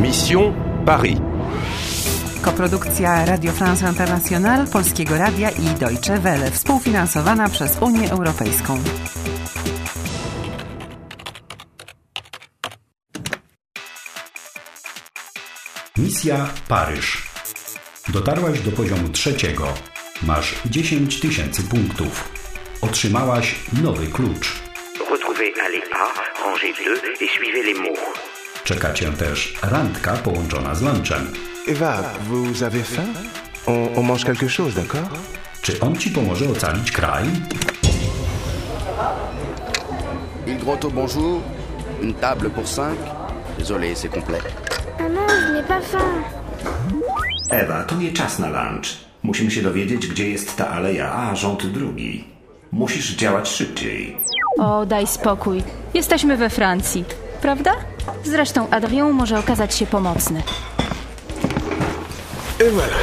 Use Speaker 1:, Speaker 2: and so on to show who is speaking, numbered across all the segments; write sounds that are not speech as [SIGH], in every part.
Speaker 1: Mission Paris.
Speaker 2: Koprodukcja Radio France International, Polskiego Radia i Deutsche Welle, współfinansowana przez Unię Europejską.
Speaker 3: Misja Paryż. Dotarłaś do poziomu trzeciego. Masz 10 tysięcy punktów. Otrzymałaś nowy klucz.
Speaker 4: Retrouvez allée A, rangée 2 et suivez les mots.
Speaker 3: Czeka cię też randka połączona z lunchem.
Speaker 5: Eva, vous avez faim on, on mange quelque chose, d'accord
Speaker 3: Czy on ci pomoże ocalić kraj?
Speaker 6: Une grotte au bonjour, une table pour cinq. Désolé, c'est complet.
Speaker 7: Maman, je n'ai pas faim.
Speaker 8: Ewa, to nie czas na lunch. Musimy się dowiedzieć, gdzie jest ta aleja A, rząd drugi. Musisz działać szybciej.
Speaker 9: O, daj spokój. Jesteśmy we Francji, prawda? Zresztą Adrien może okazać się pomocny.
Speaker 5: Et voilà.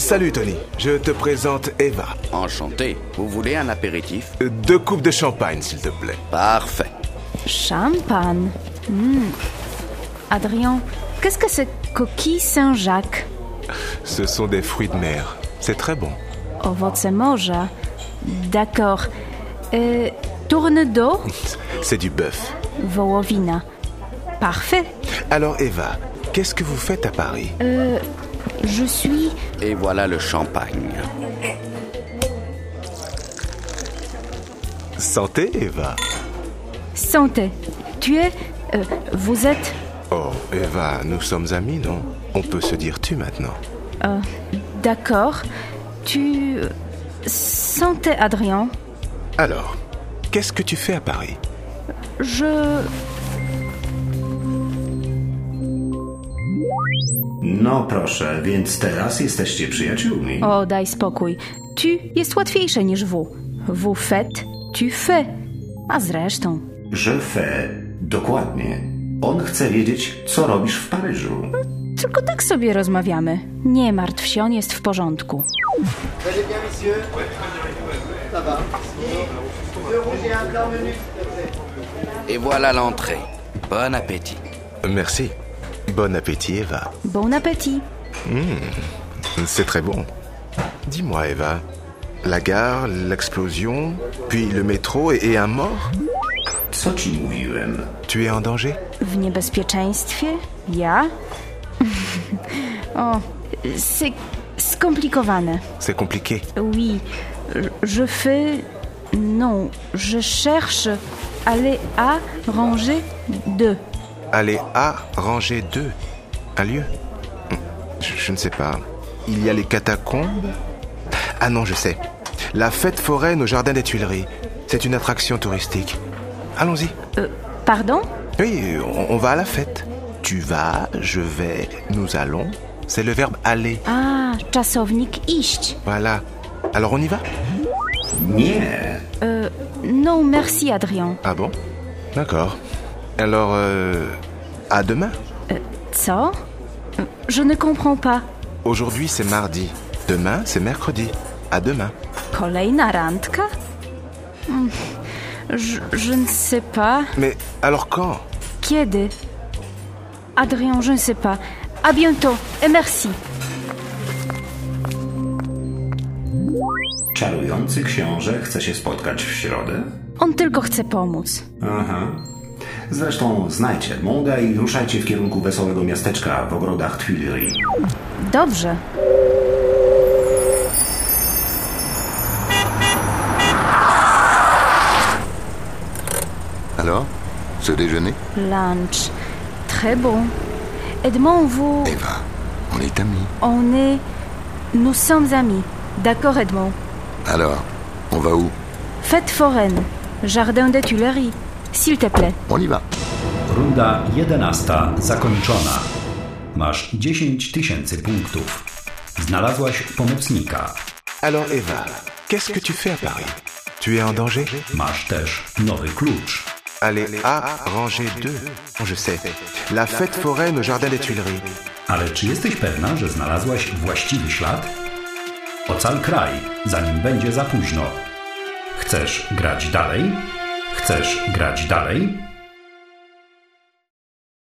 Speaker 5: Salut Tony, je te présente Eva.
Speaker 6: Enchanté. Vous voulez un apéritif
Speaker 5: Euh, Deux coupes de champagne, s'il te plaît.
Speaker 6: Parfait.
Speaker 9: Szampan. Mm. Adrien, qu'est-ce que c'est coquille Saint-Jacques?
Speaker 5: Ce sont des fruits de mer. C'est très bon.
Speaker 9: Owoce morza. D'accord. Y, tourne-do,
Speaker 5: C'est du bœuf.
Speaker 9: wołowina. Parfait.
Speaker 5: Alors Eva, qu'est-ce que vous faites à Paris
Speaker 9: Je suis...
Speaker 6: Et voilà le champagne.
Speaker 5: Santé Eva.
Speaker 9: Santé. Tu es... y, vous êtes...
Speaker 5: Oh, Eva, nous sommes amis, non On peut se dire tu maintenant.
Speaker 9: D'accord. Tu... euh, Santé, Adrien.
Speaker 5: Alors, qu'est-ce que tu fais à Paris
Speaker 9: Je...
Speaker 8: No proszę, więc teraz jesteście przyjaciółmi.
Speaker 9: O, daj spokój. Tu jest łatwiejsze niż w. W fait, tu fais. A zresztą...
Speaker 8: Je fais. Dokładnie. On chce wiedzieć, co robisz w Paryżu.
Speaker 9: Tylko tak sobie rozmawiamy. Nie martw się, on jest w porządku.
Speaker 6: Et voilà l'entrée. Bon appétit.
Speaker 5: Merci. Bon appétit Eva.
Speaker 9: Bon appétit.
Speaker 5: C'est très bon. Dis-moi Eva, la gare, l'explosion, puis le métro et, et un mort
Speaker 8: Co ci mówiłem?
Speaker 5: Tu es en danger
Speaker 9: W niebezpieczeństwie? Ja? [LAUGHS] o, c'est skomplikowane.
Speaker 5: C'est compliqué.
Speaker 9: Oui, je fais... Non, je cherche aller à ranger deux.
Speaker 5: Allez à rangée 2. Un lieu Hmm, je, je ne sais pas. Il y a les catacombes Ah non, je sais. La fête foraine au jardin des Tuileries. C'est une attraction touristique. Allons-y.
Speaker 9: Euh, pardon
Speaker 5: Oui, on, on va à la fête. Tu vas, je vais, nous allons. C'est le verbe aller.
Speaker 9: A, Ah, czasownik iść.
Speaker 5: Voilà. Alors on y va
Speaker 8: Nie.
Speaker 9: Non, merci Adrien.
Speaker 5: Ah bon D'accord. Alors, euh, à demain
Speaker 9: Co? Je ne comprends pas.
Speaker 5: Aujourd'hui c'est mardi. Demain c'est mercredi. À demain.
Speaker 9: Kolejna randka? Mm, Je, je ne sais pas.
Speaker 5: Mais alors quand
Speaker 9: Kiedy? Adrien, je ne sais pas. À bientôt et merci.
Speaker 8: Czarujący książę chce się spotkać w środę?
Speaker 9: On tylko chce pomóc.
Speaker 8: Aha. Zresztą znajdźcie Edmonda i ruszajcie w kierunku wesołego miasteczka w ogrodach Tuileries.
Speaker 9: Dobrze.
Speaker 10: Alors Ce déjeuner
Speaker 9: Lunch. Très bon. Edmond, vous...
Speaker 10: Eva, on est amis.
Speaker 9: On est... Nous sommes amis. D'accord, Edmond.
Speaker 10: Alors, on va où
Speaker 9: Fête foraine. Jardin des Tuileries. S'il te plaît.
Speaker 10: On y va.
Speaker 3: Runda 11 zakończona. Masz 10 tysięcy punktów. Znalazłaś pomocnika.
Speaker 5: Alors Eva, qu'est-ce que tu fais à Paris Tu es en danger
Speaker 3: Masz też nowy klucz.
Speaker 5: Allez à rangée 2. Je sais. La fête foraine au jardin des Tuileries.
Speaker 3: Ale czy jesteś pewna, że znalazłaś właściwy ślad? Ocal kraj, zanim będzie za późno. Chcesz grać dalej? Chcesz grać dalej?